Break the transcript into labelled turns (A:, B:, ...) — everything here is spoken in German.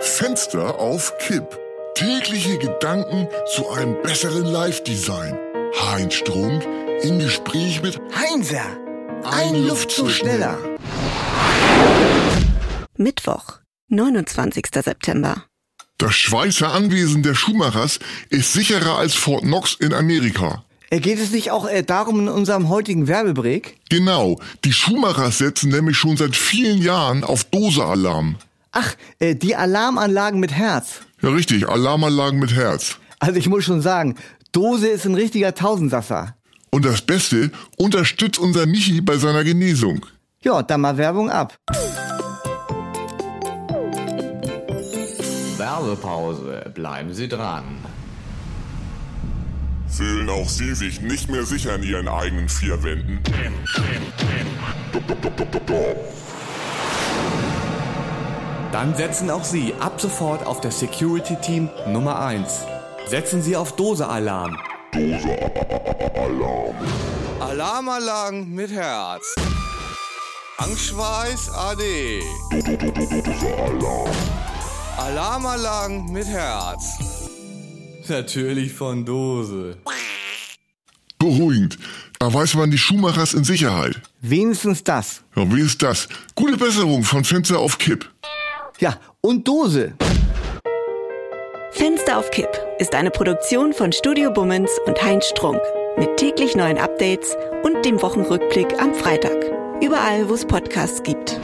A: Fenster auf Kipp. Tägliche Gedanken zu einem besseren Live-Design. Heinz Strunk im Gespräch mit
B: Heinzer, ein Luftzug schneller.
C: Mittwoch, 29. September.
A: Das Schweizer Anwesen der Schumachers ist sicherer als Fort Knox in Amerika.
B: Äh, Geht es nicht auch äh, darum in unserem heutigen Werbebreak?
A: Genau, die Schumachers setzen nämlich schon seit vielen Jahren auf Dose-Alarm.
B: Ach, äh, die Alarmanlagen mit Herz.
A: Ja richtig, Alarmanlagen mit Herz.
B: Also ich muss schon sagen, Dose ist ein richtiger Tausendsasser.
A: Und das Beste, unterstützt unser Michi bei seiner Genesung.
B: Ja, dann mal Werbung ab.
D: Werbepause. Bleiben Sie dran.
A: Fühlen auch Sie sich nicht mehr sicher in Ihren eigenen vier Wänden?
D: Dann setzen auch Sie ab sofort auf das Security Team Nummer 1. Setzen Sie auf Dose-Alarm.
E: Alarmanlagen mit Herz. Angstschweiß AD. Alarmanlagen mit Herz.
D: Natürlich von Dose.
A: Beruhigend. Da weiß man die Schumachers in Sicherheit.
B: Wenigstens das.
A: Ja, wie ist das? Gute Besserung von Fenster auf Kipp.
B: Ja, und Dose.
C: Fenster auf Kipp ist eine Produktion von Studio Bummens und Heinz Strunk. Mit täglich neuen Updates und dem Wochenrückblick am Freitag. Überall, wo es Podcasts gibt.